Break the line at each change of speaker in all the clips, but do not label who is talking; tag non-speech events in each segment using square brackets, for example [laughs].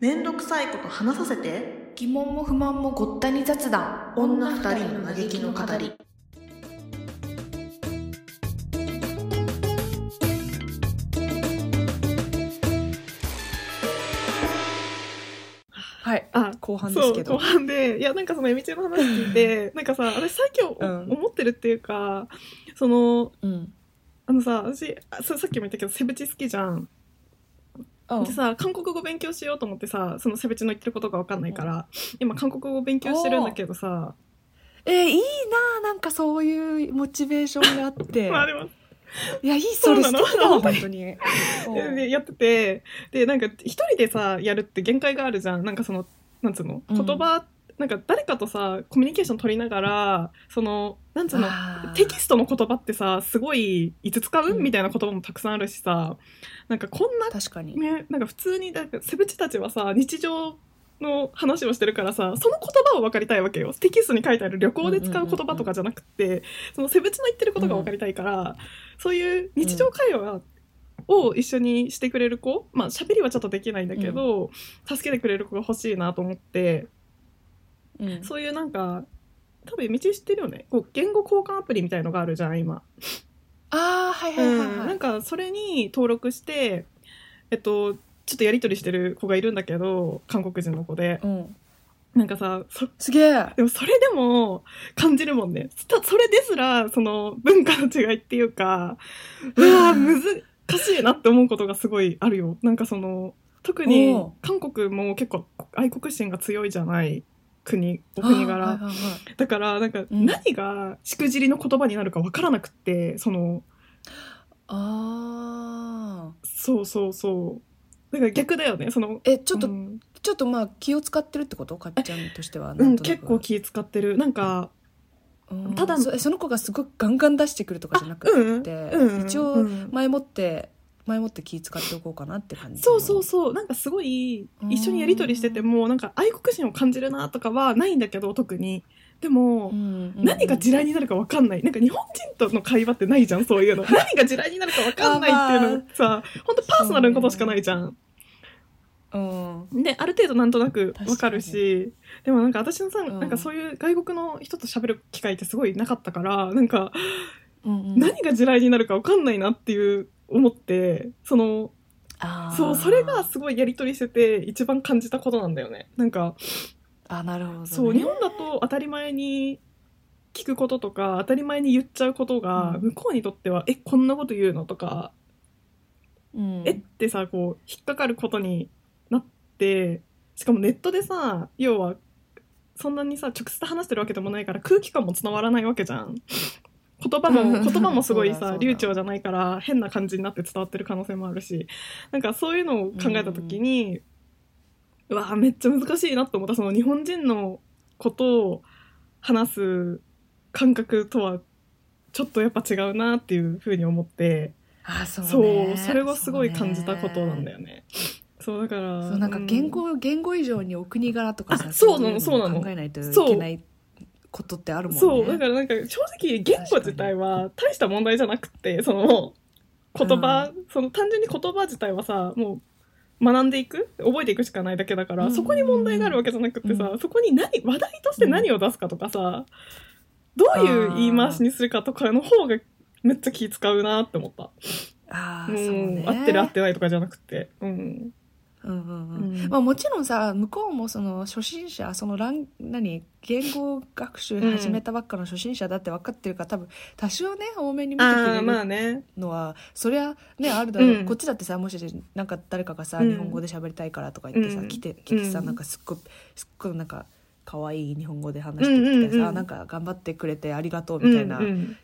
めんどくさいこと話させて
疑問も不満もごったに雑談
女二人の嘆きの語り
はい。
あ
後半で
そ
す
う
け
後
ど。
半でいやなんかそのエミちゃんの話聞いてなんかさ私最近お
うん
思ってるっていうか、その
うん。
あのさ私あそうさっきも言ったけどセブチ好きじゃん
うん
でさ韓国語勉強しようと思ってさそのセブチの言ってることが分かんないから今韓国語勉強してるんだけどさ
えーいいなあなんかそういうモチベーションがあって。
まあでも
いや、いい、それ
そ
素
うなの
敵だわ、本当に。うん
でやっててでなんか一人でさやるって限界があるじゃんなんかそのなんつうの
う
言
ん
葉、なんか誰かとさコミュニケーション取りながらそのなんつうの
あー
テキストの言葉ってさすごいいつ使う、
うん
みたいな言葉もたくさんあるしさなんかこんな
確かに。
ねなんか普通になんかセブチたちはさ日常の話をしてるからさその言葉を分かりたいわけよテキストに書いてある旅行で使う言葉とかじゃなくって、そのセブチの言ってることが分かりたいから、そういう日常会話を一緒にしてくれる子まあ喋りはちょっとできないんだけど、助けてくれる子が欲しいなと思って
うん
そういうなんか多分道知ってるよねこう言語交換アプリみたいのがあるじゃん今。
ああ、はいはいはい
うん、
は
ないん。かそれに登録してえっとちょっとやり取りしてる子がいるんだけど韓国人の子で
うん。
なんかさそ
すげえ。
でもそれでも感じるもんねたそれですらその文化の違いっていうかうわー難しいなって思うことがすごいあるよなんかその特に
おう
韓国も結構愛国心が強いじゃない国お国柄、
あーはいはいはい
だからなんか
ん
何がしくじりの言葉になるかわからなくってその
あー。
そうそうそう。だから逆だよね。その
え、ちょっと、
うん、
ちょっとまあ気を使ってるってことかっちゃんとしては。
う
なん
ん、
となく
結構、気使ってる。なんか、
うん
ただ
そえその子がすごくガンガン出してくるとかじゃなく
うん、
て、
うん、
一
う
応
ん
前もって、前もって気使っておこうかなって感じ。
そうそうそう。なんかすごい
うん
一緒にやりとりしててもなんか愛国心を感じるなとかはないんだけど特にでも。
うん。うん
何が地雷になるか分かんない。なんか日本人との会話ってないじゃん、そ
[laughs]
ういうの。何が地雷になるか分かんないっていうのさ、ほんとパーソナルなことしかないじゃん。
うん。
ね、ある程度なんとなくわかるしでもなんか私のさ、
ん
なんかそういう外国の人と喋る機会ってすごいなかったからなんか
うんうん
何が地雷になるかわかんないなっていう思ってその
あー
そうそれがすごいやり取りしてて一番感じたことなんだよねなんか
あなるほど、ね、
そう日本だと当たり前に聞くこととか当たり前に言っちゃうことが
うん
向こうにとっては「えこんなこと言うの?」とか
うん
えってさこう引っかかることになってしかもネットでさ要はそんなにさ直接話してるわけでもないから空気感も伝わらないわけじゃん言葉
うん
も言葉もすごい
そうだそ
さ
うだ
流暢じゃないから変な感じになって伝わってる可能性もあるしなんかそういうのを考えた時に、うわーめっちゃ難しいなと思ったその日本人のことを話す感覚とはちょっとやっぱ違うなっていうふうに思って。
あそう、ね、
そうそれはすごい感じたことなんだ
よ
よね。そうだから
そうなんか言語、言語以上にお国柄とかさ
あそうなの
い
そうなの
考えないとい
そう
けないことってあるもんね
そうだからなんか正直言語自体は大した問題じゃなくてその言葉、その単純に言葉自体はさもう学んでいく覚えていくしかないだけだから、
うん
そこに問題があるわけじゃなくってさ、
う
そこに何話題として何を出すかとかさ、どういう言い回しにするかとかの方がめっちゃ気使うなって思った。
あ
う
ー
ん
そうね
合ってる合ってないとかじゃなくて。うん
うんうんうん
うん
まあ、もちろんさ向こうもその初心者そのラン何言語学習始めたばっかの初心者だって分かってるから、多分多少ね多めに見てく
あ
れ
あ
る
まあね。
のはそりゃねあるだろう、
うん
こっちだってさもしなんか誰かがさ、
うん
日本語で喋りたいからとか言ってさ、
うん
来て来てさ、
うん
なんかすっごいすっごいなんか可愛い日本語で話してきてさ、
うんうんうん
なんか頑張ってくれてありがとうみたいな
うんうん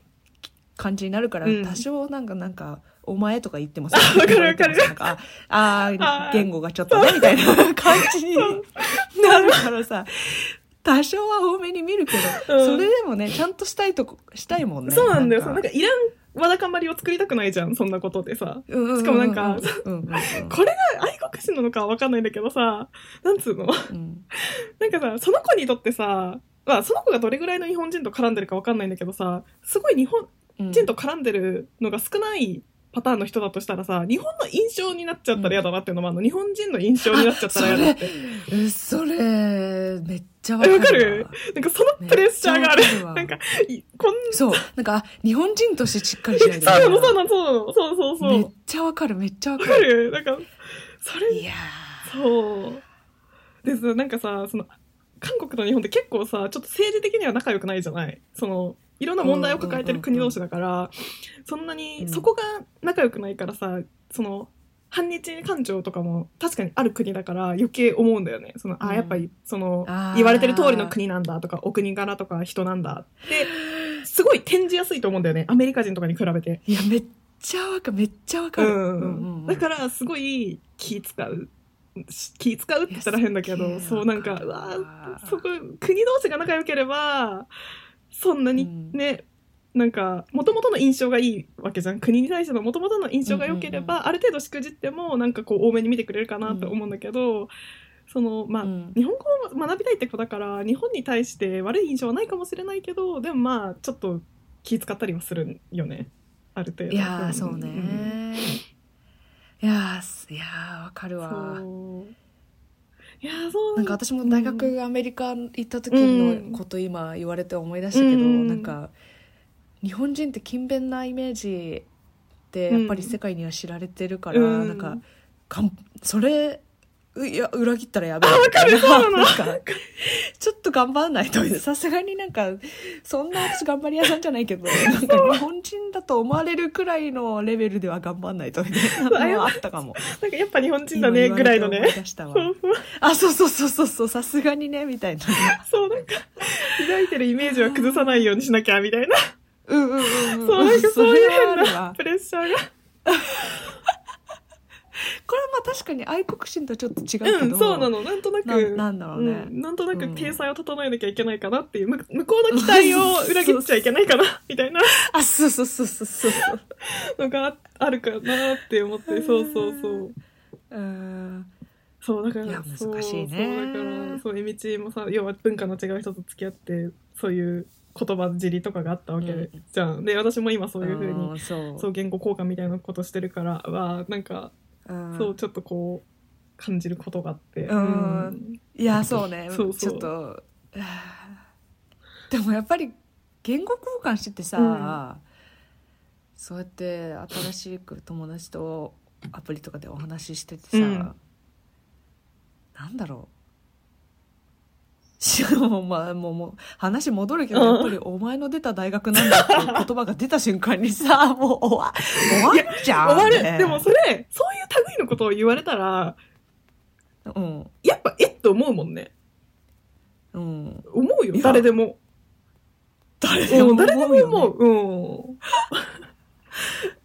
感じになるから、
うん
多少なんかなんか「お前」とか言ってもさ
[laughs] わかるわかる
なんかああ
あー
ー言語がちょっとねみたいな
[laughs]
感じになるからさ多少は多めに見るけど、
うん
それでもねちゃんとしたいとこしたいもんね。
そうなんだよ。
か
そうなんかいらんわだかまりを作りたくないじゃん、そんなことでさ。
うううう
しかもなん
うんう
か
んうん
これが愛国心なのかはわかんないんだけどさ、なんつうの [laughs]
うん
なんかさ、その子にとってさ、まあ、その子がどれぐらいの日本人と絡んでるかわかんないんだけどさ、すごい日本
うん
人と絡んでるのが少ないパターンの人だとしたらさ日本の印象になっちゃったら嫌だなっていうのもあるの、日本人の印象になっちゃったら嫌だって
えそれめっちゃわ
え
わ
わかるなん [laughs] かそのプレッシャーがある
めっちゃわかるわ
なんかいこん
そうなんかあ日本人としてしっかりしないといけ
な
ない
そうなのそうなのそうなのそうそうそう
めっ
わ
ちゃわかるめっちゃわか
か
る
るなんかそれ
いや
そうでさなんかさその韓国と日本って結構さちょっと政治的には仲良くないじゃないそのいろんな問題を抱えてる国同士だから、そんな
う
に
ん
そこが仲良くないからさその反日感情とかも確かにある国だから余計思うんだよねその
う
あ
ん
やっぱりその
あー
言われてる通りの国なんだとかお国柄とか人なんだってすごい転じやすいと思うんだよねアメリカ人とかに比べて。
ーいやめっちゃわかるめっちゃわかる、
うん
うんうん
だからすごい気使うし気使うって言ったら変だけ
いや
ど
すっげー
そうなんか
わか
う
る
わーそこ国同士が仲良ければそんなに
うん
ね、なんかもともとの印象がいいわけじゃん国に対してのもともとの印象が良けれ
う
ば、
ん
ある程度しくじってもなんかこう多めに見てくれるかなと思うんだけど、そのまあ、
うん
日本語を学びたいって子だから日本に対して悪い印象はないかもしれないけどでもまあちょっと気使ったりはするよねある程度。
いやーそうね、
ん
いやーすいやーわかるわ
そういやーそう
なんか私も大学アメリカ行った時
うん
のこと今言われて思い出したけど、
うん
なんか日本人って勤勉なイメージってやっぱり世界には知られてるから、
うん
なんかかんそれういや裏切ったらやべえみたいななんかちょっと頑張らない
[laughs]
とさすがになんかそんな私頑張り屋さんじゃないけどなんか日本人だと思われるくらいのレベルでは頑張んないとみたいなのはあったかも。
なんかやっぱ日本人だねぐらいの
今言われて
ね
思出したわ
そうそう
あ、そうそうそうそうそう、さすがにね、みたいな。
そうなんか抱いてるイメージは崩さないようにしなきゃみたいな
うんうんうん、うん。
そうなんかそういう変
それはあ
な
るわ
プレッシャーが
これはまあ確かに愛国心とちょっと違うけど。
うんそうなのなんとなく
ななんだろうね。
うんなんとな
うん
く体裁を整えなきゃいけないかなっていう、む向こうの期待を裏切っちゃいけないかなみたいな
あ、そうそうそうそう
[laughs]
そうそう。
のがあるかなって思ってそうそうそう
うん。
そうだから
いや
そう
難しいね
そうだからそうえみちもさ要は文化の違う人と付き合ってそういう言葉尻とかがあったわけ
うん
じゃん、で私も今そういうふうに
んそう。
そう言語交換みたいなことしてるからはなんか、
うん
そうちょっとこう感じることがあって、
うんいや、そうね。
そうそ
ち
う
ょっと。はあでもやっぱり言語交換しててさ、
うん
そうやって新しく友達とアプリとかでお話ししててさ、
うん
なんだろうしかもまあもうもう話戻るけどやっぱり「お前の出た大学なんだ」っていう言葉が出た瞬間にさ [laughs] もう終わ終わっちゃう
終わる、
ね
でもそれそういう類のことを言われたら
うん
やっぱえっと思うもんね
うん
思うよ
いや
誰でも
誰
うん誰で
よ
も
ね
思う、うん [laughs]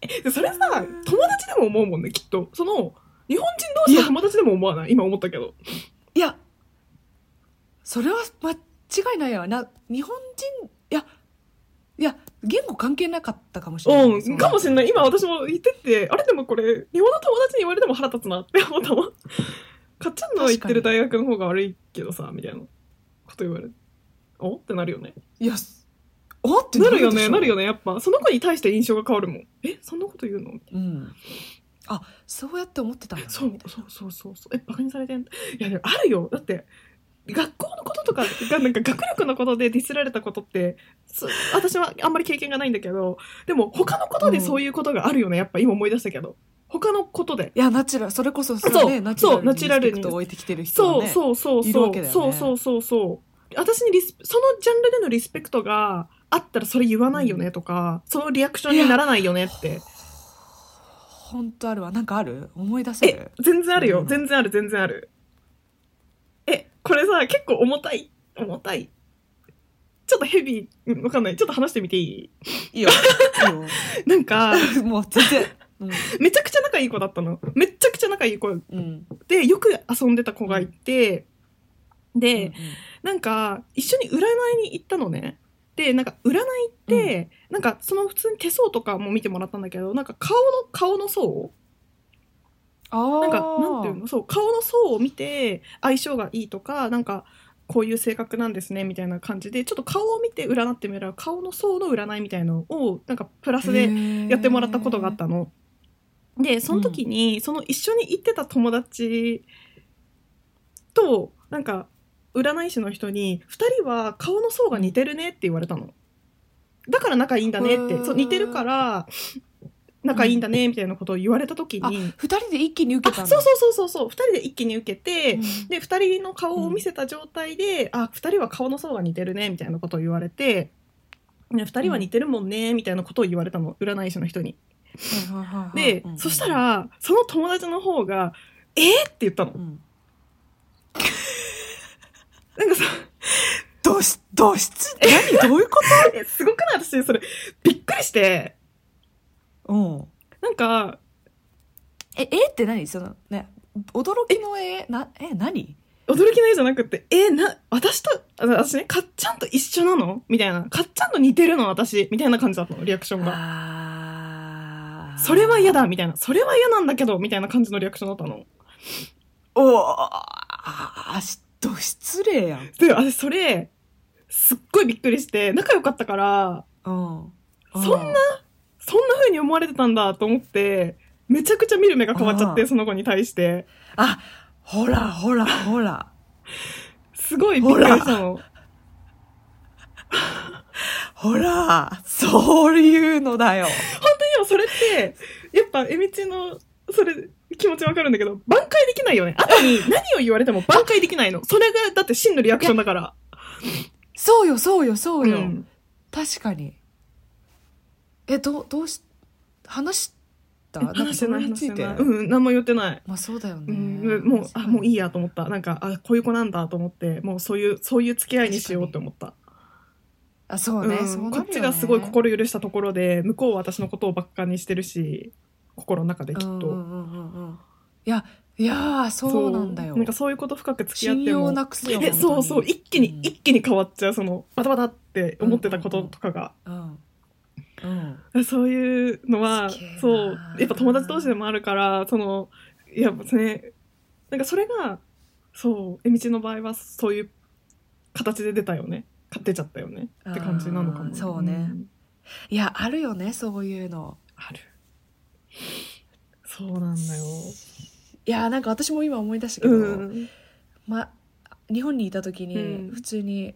えでそれさ友達でも思うもんねきっとその日本人同士の友達でも思わない今思ったけど
いや、それは間違いないわな。日本人、いや、いや、言語関係なかったかもしれない。
うん、かもしれない。今私も言ってて、あれでもこれ、日本の友達に言われても腹立つなって思ったもん。かっちゃんの行ってる大学の方が悪いけどさ、みたいなこと言われる。おってなるよね。
いや、おって
なるよね、なるよ
ね。
ね。やっぱ、その子に対して印象が変わるもん。え、そんなこと言うの
うん。あ、そうやって思ってたんだ、ね。
そうそうそうそうそう。え、バカにさ [laughs] れてんいや、でもあるよ。だって、学校のこととかが、なんか学力のことでディスられたことって、す私はあんまり経験がないんだけど、でも他のことでそういうことがあるよね。やっぱ今思い出したけど。他のことで。
いや、ナチュラル、それこそ、それ
そう
ね、ナチュラ
そ
ル
う
に
ナチュラルに
リスペクトを置いてきてる人
そ
は
う
ね。う。
そうそう
いる
そ
わ
う、
けだよね
そうそうそうそう私にリスそのジャンルでのリスペクトがあったらそれ言わないよねとか、そのリアクションにならないよねって
本当あるわ。なんかある思い出せ
え
る
全然あるよ、
うん
全然ある全然あるえこれさ結構重たい重たいちょっとヘビーうんわかんないちょっと話してみてい
いいよ。 [laughs]
いなんか
いいよ。もう全然。
めちゃくちゃ仲いい子だったのめちゃくちゃ仲いい子
うん。うん。
でよく遊んでた子がいてで、
うん
なんか、一緒に占いに行ったのね。で、なんか、占いって、なんか、その普通に手相とかも見てもらったんだけど、なんか、顔の、顔の層
あー
なんか、なんていうのそう、顔の層を見て、相性がいいとか、なんか、こういう性格なんですね、みたいな感じで、ちょっと顔を見て占ってみれば、顔の層の占いみたいのを、なんか、プラスでやってもらったことがあったの。でその時に、その一緒に行ってた友達となんか占い師の人に「2人は顔の層が似てるね」って言われたの。だから仲いいんだね
へ
っ
ー
てそう似てるから仲いいんだねみたいなことを言われた時
あ
に、
二人で一気に受
あ
けたんだ
そうそうそうそうそう2人で一気に受けて、
うん
で2人の顔を見せた状態で「あ2人は顔の層が似てるね」みたいなことを言われて「ね、2人は似てるもんね」みたいなことを言われたの占い師の人に。
はいはいはいはい
で、
うん
そしたらその友達の方が「えっ?」って言ったの
う。ん
なんかさ
どうしどうしつ何どういうこ
えすごくない私それびっくりして
と [laughs] うん
なんか
ええって何そのね驚きのえなえ何
驚きの絵じゃなくて「えな私とあ私ねかっちゃんと一緒なの?」みたいな「かっちゃんと似てるの私」みたいな感じだったのリアクションが。
あー
それは嫌だみたいな。それは嫌なんだけどみたいな感じのリアクションだったの。
おーあーしど失礼やん
で、私それ、すっごいびっくりして、仲良かったから、
うん
そんなそんな風に思われてたんだと思って、めちゃくちゃ見る目が変わっちゃっ
あ
て、
ー
その子に対して。
あほらほらほら
すごいびっくりしたの。
ほらそういうのだよ
でもそれって、やっぱ、えみちの、それ、気持ちわかるんだけど、挽回できないよね。後に何を言われても挽回できないの。それが、だって真のリアクションだから。
そうよそうよそううよ、
ん。
確かにえどうどうし話した
話してな
ん
い、
か
話
そ
し
れにつ
てない。
て
うん、何も言ってない。
まあそうだよね、
うん、もう、あ、もうい
い
いやと思った。なんか、あ、こういう子なんだと思って、もうそういう、そういう付き合いにしようって思った。
あそうね、
うん
そうなるよ
こ
ね
っちがすごい心許したところで、向こうは私のことをばっかにしてるし、心の中できっと。
うんうんうんうんうんいやいやーそうなんだよ
なんかそういうこと深く付き合っても。
信用なくすよ
えそうそう一気に、一
一
気に変わっちゃうそのバタバタって思ってたこととかが、
うん、うん、
[laughs] そういうのは
すげえな
そうやっぱ友達同士でもあるからそのいやねなんかそれがそうえみちの場合はそういう形で出たよねか出ちゃったよねって感じなのかも、
あーそうね
ん
いやあるよねそういうの
あるそうなんだよ
いやなんか私も今思い出したけど、
うん
ま、日本にいた時に
うん
普通に、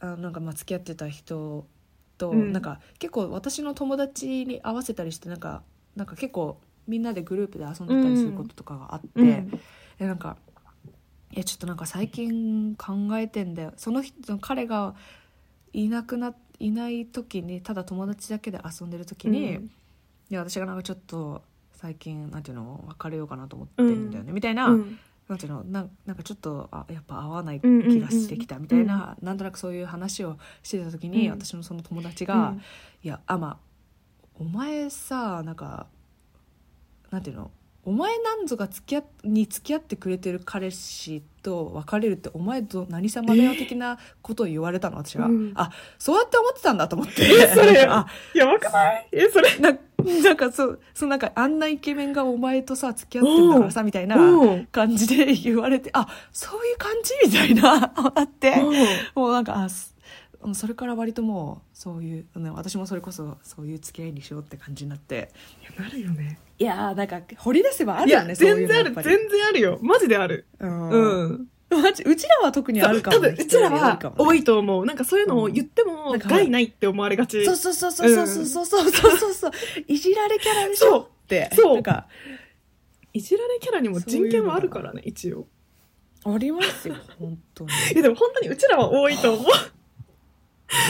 あなんかまあ付き合ってた人と、
うん
なんか結構私の友達に合わせたりしてなんかなんか結構みんなでグループで遊んでたりすることとかがあって、
うん
でなんか「えちょっとなんか最近考えてんだよ」その人その彼がいなくないない時にただ友達だけで遊んでる時に、
うん
いや私がなんかちょっと最近なんていうの別れようかなと思ってるんだよね、みたいな、
うん
なんていうのなんなんかちょっとあやっぱ合わない
うんうんうん
気がしてきたみたいな、なんとなくそういう話をしてた時に、
うん
私のその友達が「
うん
いやあまあお前さなんかなんていうのお前なんぞが付き合っに付き合ってくれてる彼氏と別れるってお前ど何様だよ的なことを言われたの私が、
うん
あそうやって思ってたんだと思って
えそれ
[laughs] あ
やばくないえそれ
ななんかそうそうなんかあんなイケメンがお前とさ付き合ってんだからさみたいな
うん
感じで言われてあそういう感じみたいなあってもうなんかあすうんそれから割ともうそういう、ね、私もそれこそそういう付き合いにしようって感じになって
いやなるよね
いやーなんか掘り出せばある
い
よ
や
ねそうい
全
うの
然あ
やっ
る
ぱ
全
り
然あるよマジである
うん、
うん
マジうちらは特にあるかも
多分うちらは多
い
いと思うなんかそういうのを言っても
うん
害ないって思われがち
そうそうそうそうそうそうそうそうそうそういじられキャラでしょって
そう
なんか
いじられキャラにも人権はあるからね一応
ありますよ本当に
いやでも本当にうちらは多い [laughs] と思う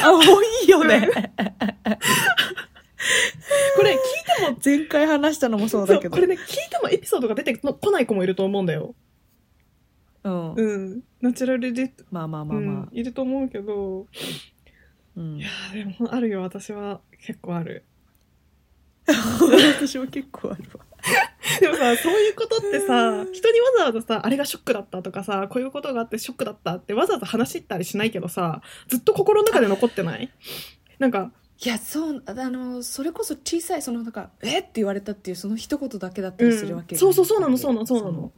あ多いよね
これ聞いても
前回話したのもそうだ
そ
け
う
ど
これね聞いてもエピソードが出てこない子もいると思うんだよ
うん、
うんナチュラルで、
まあまあまあ
うん
まあ、
いると思うけど
うん
いやーでもあるよ私は結構ある
私も結構あるわ。
でもさそういうことって
う
さ
ん
[laughs] 人にわざわざさあれがショックだったとかさこういうことがあってショックだったってわざわざ話したりしないけどさずっと心の中で残ってないなんか
いや、そう、あの、それこそ小さい、その、なんか、えって言われたっていう、その一言だけだったりするわけ、
うんそうそうそうなのそうなのそうなの。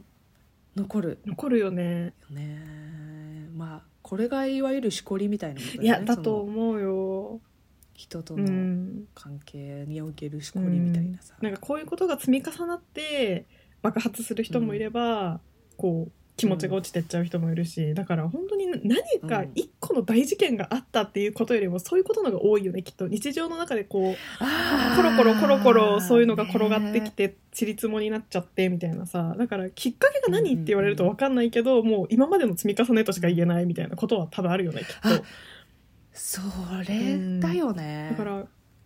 残る
残るよね
よね。まあ、これがいわゆるしこりみたいなもんだよ
い
ね
やだ
そ
と
の
思うよ
人と
う
の
ん、
関係におけるしこりみたいなさ、
なんかこういうことが積み重なって爆発する人もいれば、こう気持ちが落ちてっちゃう人もいるし、だから本当に何か一個の大事件があったっていうことよりもそういうことのが多いよねきっと日常の中でこう
あー
コロコロコロコロそういうのが転がってきてちりつもになっちゃってみたいなさだからきっかけが何って言われると分かんないけど、もう今までの積み重ねとしか言えないみたいなことは多分あるよねきっと。
それだよね、
だから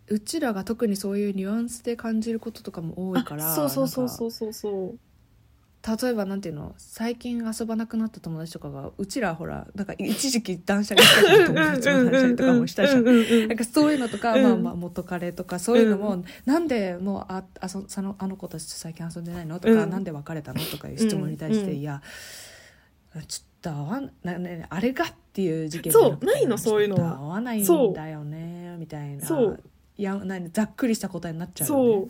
うちらが特にそういうニュアンスで感じることとかも多いから
あそうそうそう
う
そうそうそう
例えばなんていうの最近遊ばなくなった友達とかがうちらほらなんか一時期断捨離したり友達の断捨離とかもしたじゃん
うんうんうんうん
なんかそういうのとか、
うん
まあまあ元彼とかそういうのも、
う
なんでもうああそそのあの子たちと最近遊んでないのとか、
うん
なんで別れたのとかいう質問に対して、
うん
いやちょっと合わんな、ね、あれがっていう事件
そう
じゃくて
ないのそういうのは
ちょっと合わないんだよねみたいな
そう
いやなんざっくりした答えになっちゃうよね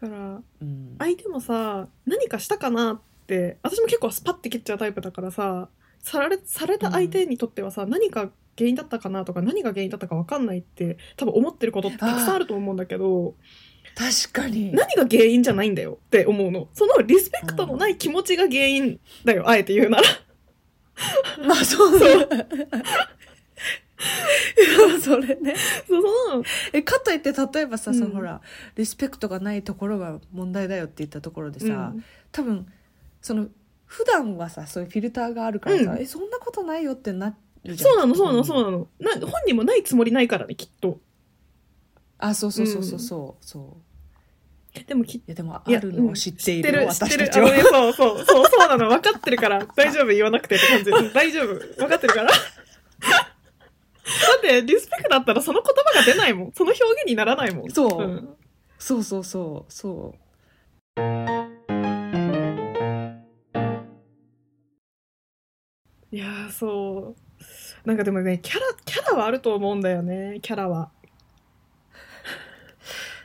そうだから
うん
相手もさ何かしたかなって私も結構スパッて切っちゃうタイプだからささられされた相手にとってはさ、何か原因だったかなとか何が原因だったか分かんないって多分思ってることってたくさんあると思うんだけど
確かに
何が原因じゃないんだよって思うのそのリスペクトのない気持ちが原因だよ、あえて言うなら
まあそうねいやそれね
その
えかといって例えばさ、そ
うん
のほらリスペクトがないところが問題だよって言ったところでさ、
うん
多分その普段はさそういうフィルターがあるからさ、
うん
えそんなことないよってなるじゃん
そうなのそうなのそう
の
なのな本人もないつもりないからねきっと
あそうそうそうそうそうそう
でもきっ
いやでもあ
いや
るのを知ってい
知って
る
る、知っ
私
て
た
る。
ち
あの
は、
ね、そうそう、そう、そうなの。分かってるから、大丈夫、言わなくてって感
[laughs]
じ。うん大丈夫、分かってるから。だって、リスペクトだったらその言葉が出ないもん。その表現にならないもん。
そう
うん
[laughs] そうそうそうそう
いやー、そう。なんかでもね、キャラ、キャラはあると思うんだよね、キャラは。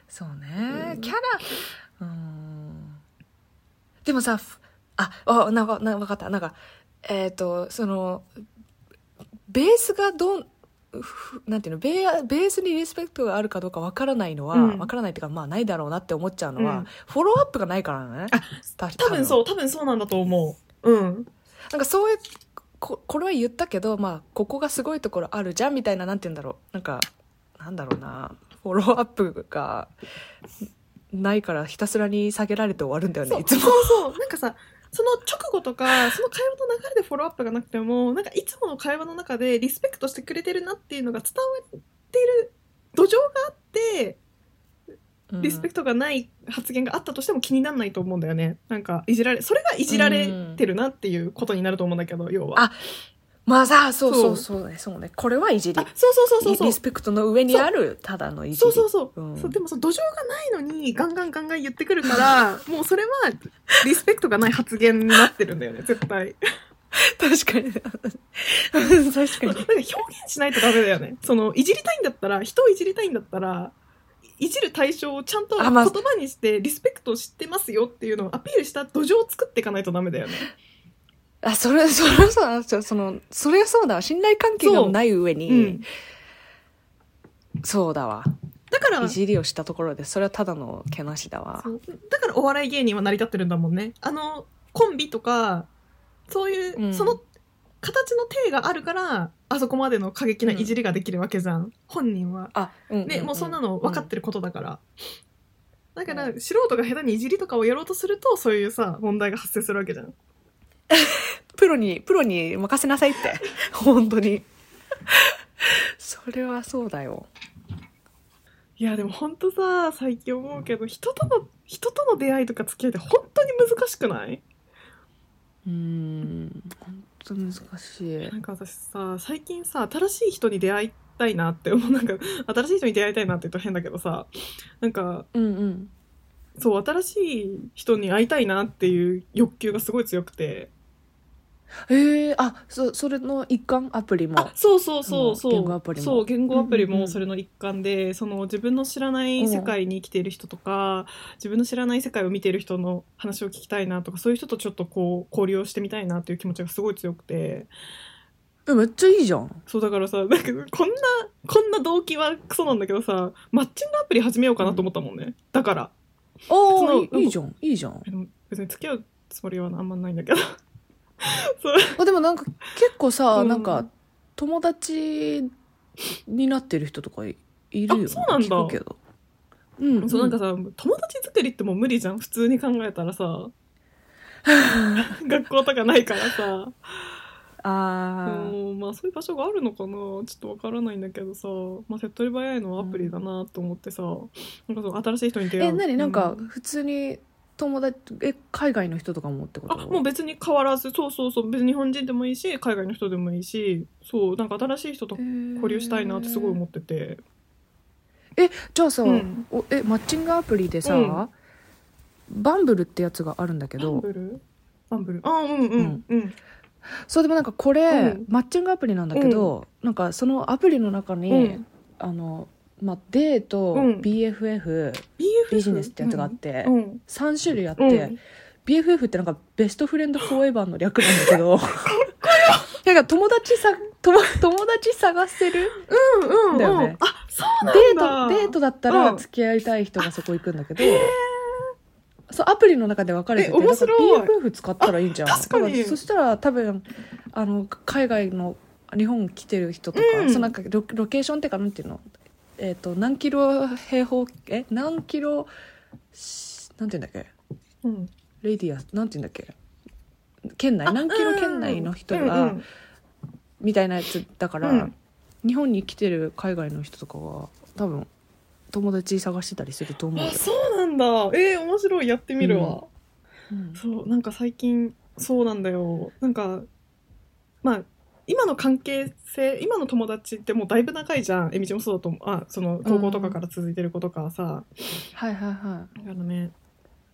そうね、
うん
キャラうーんでもさふああなんかなんか分かったなんかえっ、とそのベースがどんふなんていうのベーベースにリスペクトがあるかどうかわからないのは、わ
うん
からないっていうかまあないだろうなって思っちゃうのは、
うん
フォローアップがないからなのね
あ
た
多分そうう、多分そうなんだと思う。うん。
なんかそういうここれは言ったけどまあここがすごいところあるじゃんみたいななんて言うんだろうなんかなんだろうなフォローアップがないからひたすらに下げられて終わるんだよ
そ
ね
う
いつ
そ
も
うそうなんかさその直後とかその会話の流れでフォローアップがなくてもなんかいつもの会話の中でリスペクトしてくれてるなっていうのが伝わっている土壌があってリスペクトがない発言があったとしても気にならないと思うんだよねなんかいじられそれがいじられてるなっていうことになると思うんだけど要は
あまあさそう
そ
そううそうねそうねこれはいじり
あそうそうそうそう
リ
そう
リスペクトの上にあるただのいじり
そうそうそう,、
うん
そうでもその土壌がないのにガンガンガンガン言ってくるからもうそれはリスペクトがない発言になってるんだよね絶対
確か
[laughs]
に確か
なん
に
か表現しないとダメだよね。そのいじりたいんだったら人をいじりたいんだったらいいじる対象をちゃんと言
あまあ
葉にしてリスペクトを知ってますよっていうのをアピールした土壌を作っていかないとダメだよね。
あそれそれそうなんですよそのそれはそうだわ信頼関係がない上に
う
そ
ん
う,、だわ
だから
いじりをしたところでそれはただのけなしだわ
そうだからお笑い芸人は成り立ってるんだもんね。あのコンビとかそういう、
うん
その形の体があるからあそこまでの過激ないじりができるわけじゃん、本人は。
あ、うん
ね、もうそんなの分かってることだから。だから、
う
素人が下手にいじりとかをやろうとすると、そういうさ、問題が発生するわけじゃん。
プロにプロに任せなさいって [laughs] 本当にそれはそうだよ
いや、でもほんとさ、最近思うけど、人との、人との出会いとか付き合いって本当に難しくない
うん本当難しい
なんか私さ、最近さ、新しい人に出会いたいなって思う。なん [laughs] か、新しい人に出会いたいなって言うと変だけどさ、なんか、
うんうん
そう、新しい人に会いたいなっていう欲求がすごい強くて。
ええあそそれの一環アプリも
あそうそうそう
その
そう
言語アプリも
そう言語アプリ
うんうんう
も
ん
それの一環で、その自分の知らない世界に生きている人とか、自分の知らない世界を見ている人の話を聞きたいなとかそういう人とちょっとこう交流をしてみたいなっていう気持ちがすごい強くて
えめっちゃいいじゃん。
そうだからさなんかこんなこんな動機はクソなんだけどさマッチングアプリ始めようかなと思ったもんね、だから
お
の
おいいいいじゃん、いいじゃん。
でも別に付き合うつもりはあんまないんだけどそう
あでもなんか結構さ、
うん
なんか友達になってる人とかいいるよね、
あそうなんだ
聞くけど。うん、
そうなんかさ友達作りってもう無理じゃん普通に考えたら
[laughs]
さ学校とかないからさ
あー
うんまあそういう場所があるのかなちょっとわからないんだけどさ、まあ、手っ取り早いのはアプリだなと思ってさ、なんかその新しい人に出会
え
う
何なん
う
か普通に友達え海外の人とかもってこと
あもう別に変わらずそうそうそう別に日本人でもいいし海外の人でもいいしそうなんか新しい人と交
交
流したいなってすごい思ってて、
えじゃあさ、
うん
おえマッチングアプリでさ、
うん
バンブルってやつがあるんだけ
バン
ど
ブルバンブルあうんうんうん
そうでもなんかこれ、
うん
マッチングアプリなんだけど、なんかそのアプリの中に、
うん
あのまあ、デート、
うん
BFF
BFF
ビジネスってやつがあって、
うんうん
3種類あって、
うん、
BFF ってなんかベストフレンドフォーエバーの略なんだけ
[laughs]
どなんか友達さ友友達探せる
うんうん
だよね
あそう
デ
なん
ー
だ
トデートだったら
うん
付き合いたい人がそこ行くんだけど、そうアプリの中で分かれてて
え面白い
だから BFF 使ったらいいんじゃん
あ確かに
だらそしたら多分あの海外の日本来てる人とか、
うん
そのなんかロロケーションっていうかなんていうの、えっと何キロ平方え何キロしなんていうんだっけ
うん
レディアスなんていうんだっけ県内
あ
何キロ圏内の人が、
うんうん
みたいなやつだから、
うん
日本に来てる海外の人とかは多分友達探してたりすると思うよ
あ、そうなんだえー、面白いやってみるわ、
うん
そうなんか最近そうなんだよなんかまあ今の関係性今の友達ってもうだいぶ長いじゃんえみちもそうだと思うあその高校とかから続いてる子とかはさ、
はいはいは
だからね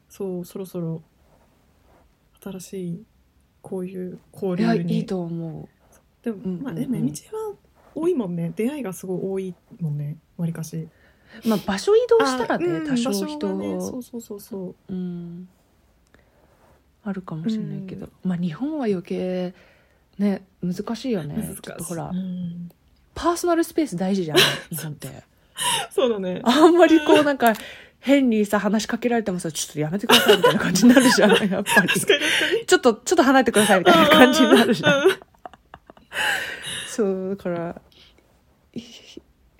そうそろそろ新しいこういう交
いいや
流に
いいと思
でも、
うんうんうん
まあでもえみちは多いもんね出会いがすごい多いもんねわりかし
うまあ場所移動したらね、
うん
多少人
場所がねそ
を
うそうそうそう
うんあるかもしれないけど、まあ日本は余計ね難しいよね
難しい
ちょっとほら
うん
パーソナルスペース大事じ [laughs] ゃん日本って
そうだね
あんまりこうなんか変にさ話しかけられてもさちょっとやめてくださいみたいな感じになるじゃないやっぱり
確かに確かに
ちょっと、ちょっと離れてくださいみたいな感じになるじゃん。
うんうんうん
そう、だから、い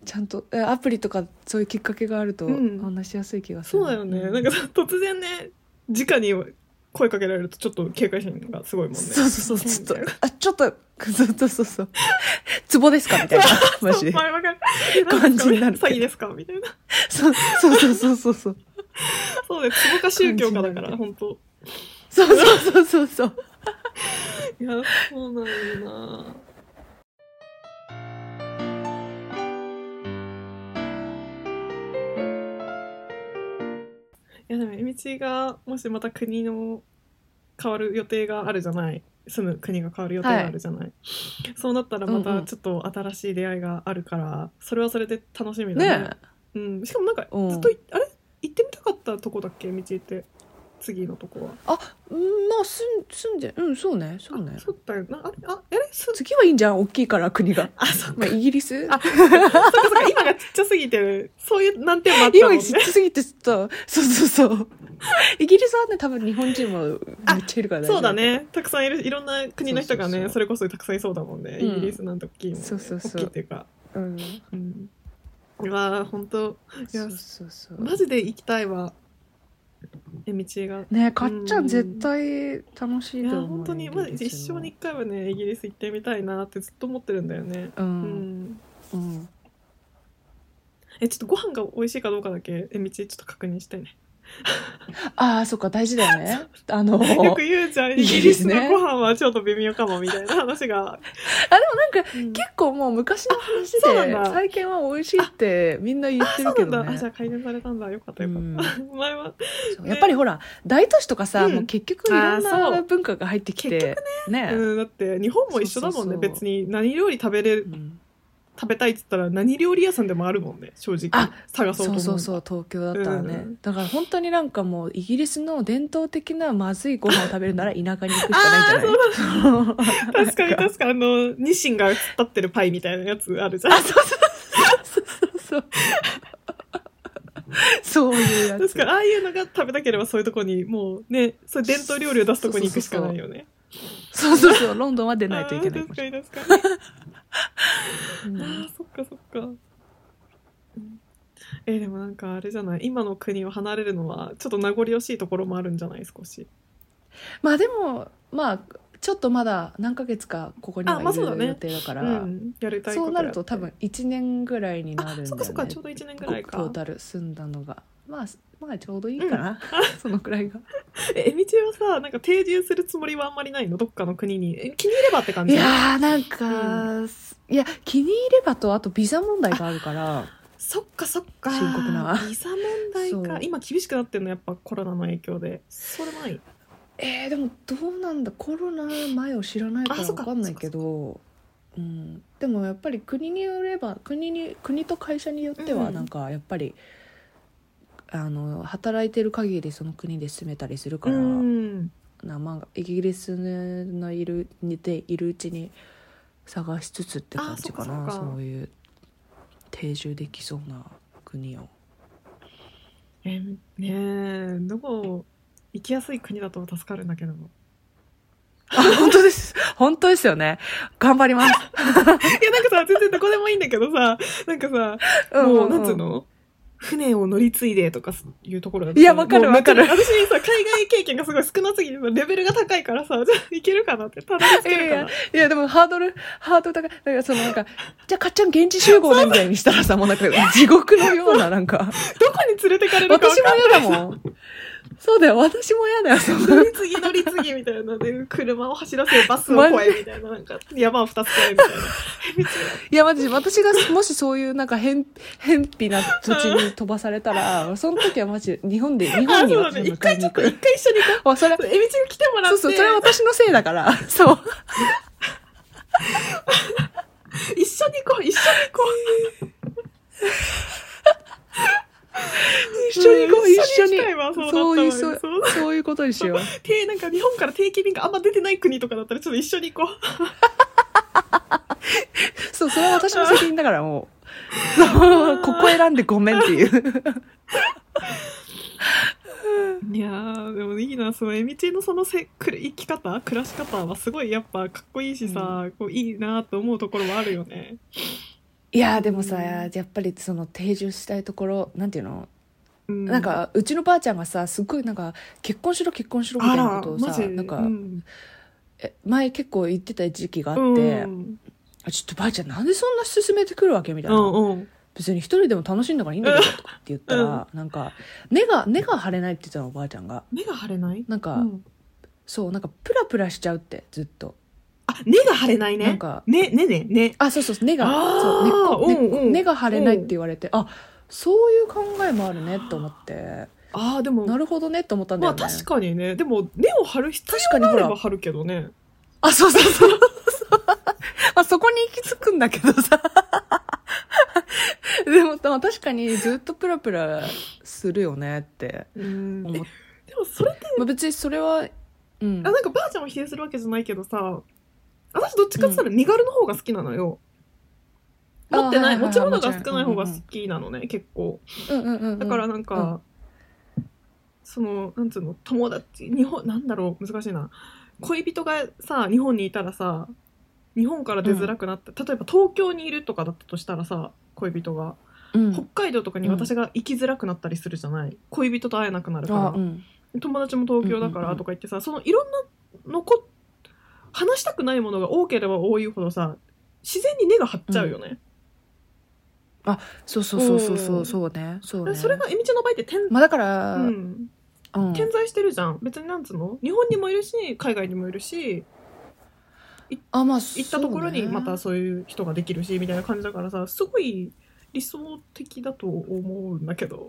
ちゃんと、えアプリとかそういうきっかけがあると
うん
話しやすい気がする。
そうだよね、
ん
なんかさ突然ね直に声かけられるとちょっと警戒心がすごいもんね
そうそうそう、ちょっと
みたいな、
あ、ちょっと、そうそうそうそう。ツボですかみたい
[laughs]
な、マジで。
前わかる
感じになる
詐欺ですかみたいな
そうそうそうそうそうそう。
そうですツボか宗教かだ
感じに
か
なる
ら本当
そうそうそうそう。
いやそうなんだなぁいやでもえみちがもしまた国の変わる予定があるじゃない住む国が変わる予定があるじゃない、そうなったらま
うんう
た
ん
ちょっと新しい出会いがあるから、それはそれで楽しみだね
ね
うん、しかもなんか
うん
ずっとい、あれ行ってみたかったとこだっけえみちって次のとこは
うんまあ、住ん住んで、うん、そうね、そうね
あ。そうだよなあれああれす [laughs]
次はいいんじゃん大きいから、国が。
あそっ
ま
か
あ、イギリス
あそっかそっか今がちっちゃすぎてるそういう難点もあったもん
今
ね
知ってすぎてちょっとそうそう
[laughs]
そうイギリスはね多分日本人もめっちゃいるから大丈夫
そうだねたくさんいるいろんな国の人がねそ
そうそうそう
れこそたくさんいそうだもんね、
うん
イギリスなんて大きいもん、ね、
そうそうそう
大きいっていうか
うん
うんうわあ本当い
そ
や
うそうそう
マジで行きたいわえ道が
ねかっちゃん絶対楽し
い
いと
や
思う
本当にま
イギ
じ
リス
一
も
生に一回はねイギリス行ってみたいなってずっと思ってるんだよね
う
うんん
うん
えちょっとご飯が美味しいかどうかだけえ道ちょっと確認したいね
ああそっか大事だよ
[laughs]
ねあの
よく言うじゃん
イ
イギ
ギ
リ
リ
ス
スね
のご飯はちょっと微妙かもみたいな話が
なんか
うん
結構もう昔の話
あそうなん
で
だ
最近は美味しいってみんな言ってる
そ
け
うな
ど
んだ。あ、じゃ
ね
あ改善されたんだ。よかったよかった。 [laughs] 前は。
そうやっぱりほら大都市とかさ
うん
もう結局いろん
あーそ
な
う
文化が入ってきてね
うん、だって日本も一緒だも
そ
んね。
うそうそう
別に何料理食べれる
うん
食べたいって言ったら何料理屋さんでもあるもんね正直
あ
探そうと
そ
思
うそう
う
そう東京だったらね、
うん
だから本当になんかもうイギリスの伝統的なまずいご飯を食べるなら田舎に行くしかないんじゃない
確かに
なん
確かにあのニシンが突っ立ってるパイみたいなやつあるじゃん
あそうそうそうそうそうそういうや
確
つ
かにああいうのが食べたければそういうとこにもうねそういう伝統料理を出すとこに行くしかないよね
そうそうそうロンドンは出ないといけない
あー
かも
確
しれ
か
ない
に確かに
うん
あーそっかそっかうんえーでもなんかあれじゃない今の国を離れるのはちょっと名残惜しいところもあるんじゃない少し
まあでもまあちょっとまだ何ヶ月かここには
あまあ
い
そうだね
る予定だから、
うん、やりたい
そうなると
こと
多
やって
分1年ぐらいになるんだよ、
あ
ね、
そっかそっかちょうど1年ぐらい
トー
か
タル住んだのがまあまあちょうどいいかな、 [laughs] そのくらいが
ええみちはさなんか定住するつもりはあんまりないのどっかの国にえ気に入ればって感
い
じ
やーなんか、いや気に入ればとあとビザ問題があるから
そっかそっか
深刻な
ビザ問題
そ
か
う
今厳しくなってんのやっぱコロナの影響でそれもない
えー、でもどうなんだコロナ前を知らないから
あそ
分
っか
かんないけどうん、でもやっぱり国によれば国に国と会社によって
う
は
ん
なんかやっぱり、あの働いてる限りその国で住めたりするから、
うん
なまあ、イギリスのいるにているうちに探しつつって感じかな
あそっかそ
そ
っか
ういう定住できそうな国を
えねえどこ行きやすい国だと助かるんだけど
[laughs] 本当です本当ですよね頑張ります、
いや、なんかさ、全然どこでもいいんだけどさ、なんかさ、 [laughs] もう、なんつうの船を乗り継いでとかいうところだと
いやわかる
もう
わかる
もちろん私さ、海外経験がすごい少なすぎてさ、レベルが高いからさ、じ [laughs] ゃあいけるかなって、たどり着けるか
い
な。
やでもハードルハードル高いだからそのなんかじゃあかっちゃん現地集合ねみたいにしたらさもうなん
[laughs]
か地獄のようななんか
どこに連れてかれるかわ
私
か
も
んない。
嫌だもんそうだよ私も嫌だよそんな
乗り継ぎ乗り継ぎみたいなで車を走らせバスを越えみたいななんか山を二つ越えみたいな
いや、私、私がもしそういうなんか偏、偏僻な土地に飛ばされたら、その時はマジ、日本
[laughs]
で、 [laughs] 日
あそ
本
う
に
だ
私
ね
の
一
迎え
回
に
ち
行
ょっと
く。
一回一緒に行こ
あ、それ、
うえみちが来てもらっ
そう
て
そう、それは私のせいだから、そう。
一緒に行こう一緒に行こう
一緒に行こう、
ん
一緒に
行きたいわ。
そういう、
そ
そうう
だったわそ
そ
う
ういうことにしよう。
てなんか日本から定期便があんま出てない国とかだったらちょっと一緒に行こう
そう、それは私の責任だから、もう。そう、 [laughs] ここ選んでごめんっていう。
いやーでもいいなそのエミチのそのせくる生き方暮らし方はすごいやっぱかっこいいしさ、こういいなと思うところはあるよね
いやー、でもさ、やっぱりその定住したいところ、なんていうの
な
なんか、うちのばあちゃんがさ、すっごいなんか、結婚しろ、結婚しろみた
あ
いなこ
ら
とを
マ
さ、
ジ
なんか、
うん
え前結構言ってた時期があって、
うん
あちょっとばあちゃんなんでそんな勧めてくるわけみたいうな、
んうん
別に一人でも楽しんだからいいんだけどとかって言ったら、なんか根が根が張れないって言ってたのおばあちゃんが
目が腫れない
なんか、
うん
そうなんかプラプラしちゃうってずっと
あ根が腫れないね
なんか
ねねねね
あそうそう根が
あー
そう根っこ根っこ
うんうん
根が張れないって言われて、あそういう考えもあるねと思って
ああでも
なるほどねと思ったんだ
ま
よ
あ
ね、
確かにねでも根を張る必
確か
要
にほ
があれ
ら
ば張るけどね
あそうそうそうそうまあそこに行き着くんだけどさ [laughs] でもまあ確かにずっとプラプラするよねって
うん
思っ
えでもそれって
まあ、別にそれは、うん
あ、なんかばあちゃんを否定するわけじゃないけどさ私どっちかって言ったら身軽の方が好きなのよ、
うん
持ってない
あはいはいはい
持ち物が少ない方が好きなのね、結構
うんうんうんうん
だからなんか、そのなんつうの友達日本なんだろう難しいな恋人がさ日本にいたらさ日本から出づらくなった、例えば東京にいるとかだったとしたらさ恋人が、
うん
北海道とかに私が行きづらくなったりするじゃない恋人と会えなくなるから、
あうん
友達も東京だか
うんうんう
ら
ん
とか言ってさ、そのいろんなのこ話したくないものが多ければ多いほどさ自然に根が張っちゃうよね。
そうそうそうそうそううんそうねそうね
それがエミちゃんの場合って点、
まあだから、
う
うん
ん、点在してるじゃん。別になんつうの日本にもいるし海外にもいるし
あまあ
行ったところにまた
そう
そういう人ができるしみたいな感じだからさすごい理想的だと思うんだけど。
ね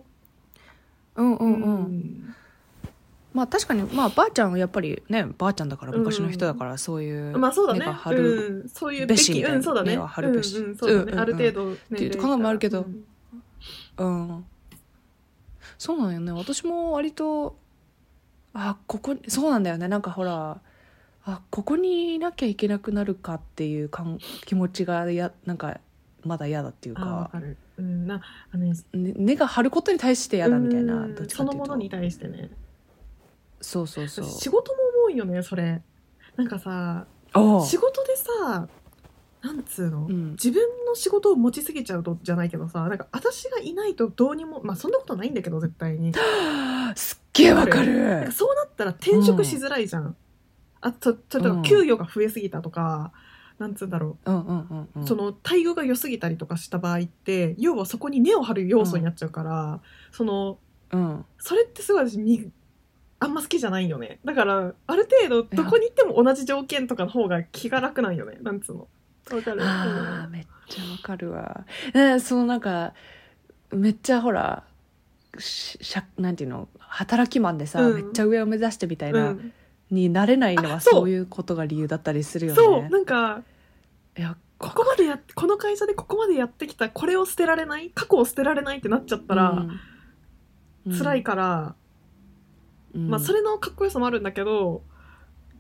うんうんうん、
ん
まあ確かに、まあばあちゃんはやっぱりね、ばあちゃんだから
うん
昔の人だから、そういう、
まあそうだね
根が張る。
うん、そういうべ
べし
き
みたいな
うんそうだね
根は張るべし
うんうんそうだね
うんうんうん
ある程度年齢
っていう考えもあるけど
うん
うん。そうなんよね。私も割と、あ、ここ、そうなんだよね。なんかほら、あ、ここにいなきゃいけなくなるかっていうかん気持ちがや、なんか、まだ嫌だっていう
あわ
か、
かるうんなあのね
ね根が張ることに対して嫌だみたいな、
うん
どっちか
そ
っ
の
ていう
もの
と
に。対してね
そうそうそう。
仕事も多いよねそれなんかさ
おう
仕事でさなんつうの、
うん。
自分の仕事を持ちすぎちゃうとじゃないけどさなんか私がいないとどうにもまあそんなことないんだけど絶対に
すっげえわか
なんか
る。
そうなったら転職しづらいじゃん、あとと例え
う
ば
ん
給与が増えすぎたとか、なんつうんだろ
うんうんうんう
う、
ん。
その待遇が良すぎたりとかした場合って要はそこに根を張る要素になっちゃうから、その
うん。
それってすごい私みあんま好きじゃないよねだからある程度どこに行っても同じ条件とかの方が気が楽なんよねなんつうのわかる
あーめっちゃわかるわ。ねそのなんか、めっちゃほら、ししゃなんていうの、働きマンでさ、
うん
めっちゃ上を目指してみたい
うん
な、になれないの
あ
は
そう
そういうことが理由だったりするよね。
そうなんか
いや、
ここまでやっこの会社でここまでやってきたこれを捨てられない過去を捨てられないってなっちゃったら、
うん
辛い、から、
うん
まあそ、れのかっこよさもあるんだけど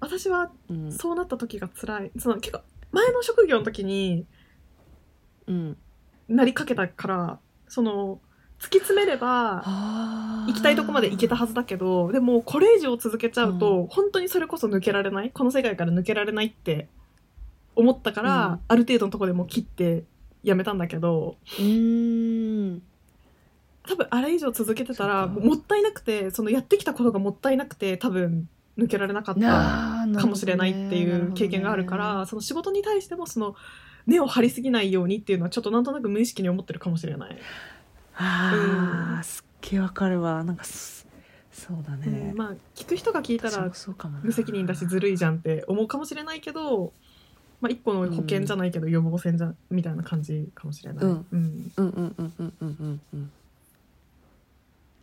私は
うん
そうなった時が辛いその結構前の職業の時に
うん
なりかけたからその突き詰めれば
あー
行きたいとこまで行けたはずだけどでもこれ以上続けちゃうと、
う
本当にそれこそ抜けられないこの世界から抜けられないって思ったから、
うん
ある程度のとこでもう切ってやめたんだけど
うーん。
多分あれ以上続けてたら
そうか
もうもったいなくてそのやってきたことがもったいなくて多分抜けられなかった
な
かもしれないっていう経験があるからその仕事に対してもその根を張りすぎないようにっていうのはちょっとなんとなく無意識に思ってるかもしれない。
あ
う
あ、すっげえわかるわ。なんかす、そうだ
う
ね
ん。まあ聞く人が聞いた
そ
ら
うそうかもな
無責任だしずるいじゃんって思うかもしれないけど、まあ、一個の保険じゃないけど予防線じゃみたいな感じかもしれない。
うん
うん
うんうんうんうんうんうんうん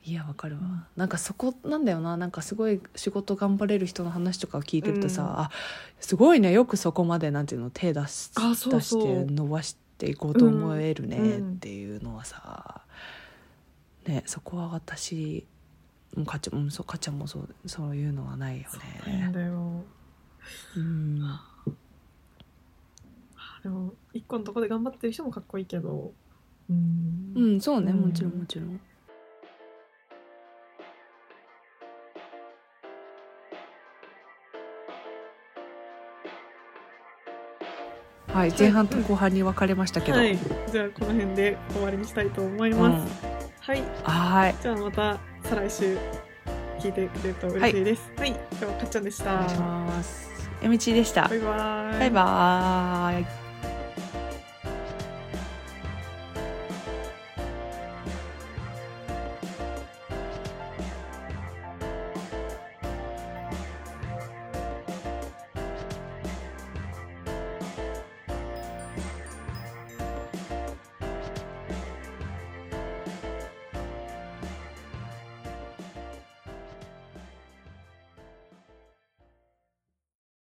いやわかるわ、
うん
なんかそこなんだよななんかすごい仕事頑張れる人の話とか聞いてるとさ、
うん
あすごいねよくそこまでなんていうの手出し
あそうそう
出して伸ばしていこうと思えるね
うん
っていうのはさ、ねそこは私うんかっちゃんうんそうかっちゃんもそうそういうのはないよ
そうな
ね。
んだよ
うん
でも一個のとこで頑張ってる人もかっこいいけど、うん
うん、そうね、
うん
もちろんもちろん。はい、前半と後半に分かれましたけど。
はいじゃあこの辺で終わりにしたいと思いうます。
ん、
はい
はい、
じゃあまた再来週聞いてくれると嬉しいです。はい、今日はかっちゃんでし。
お願いしたます。えみちでした
バイ。バイ。
バイバーイ。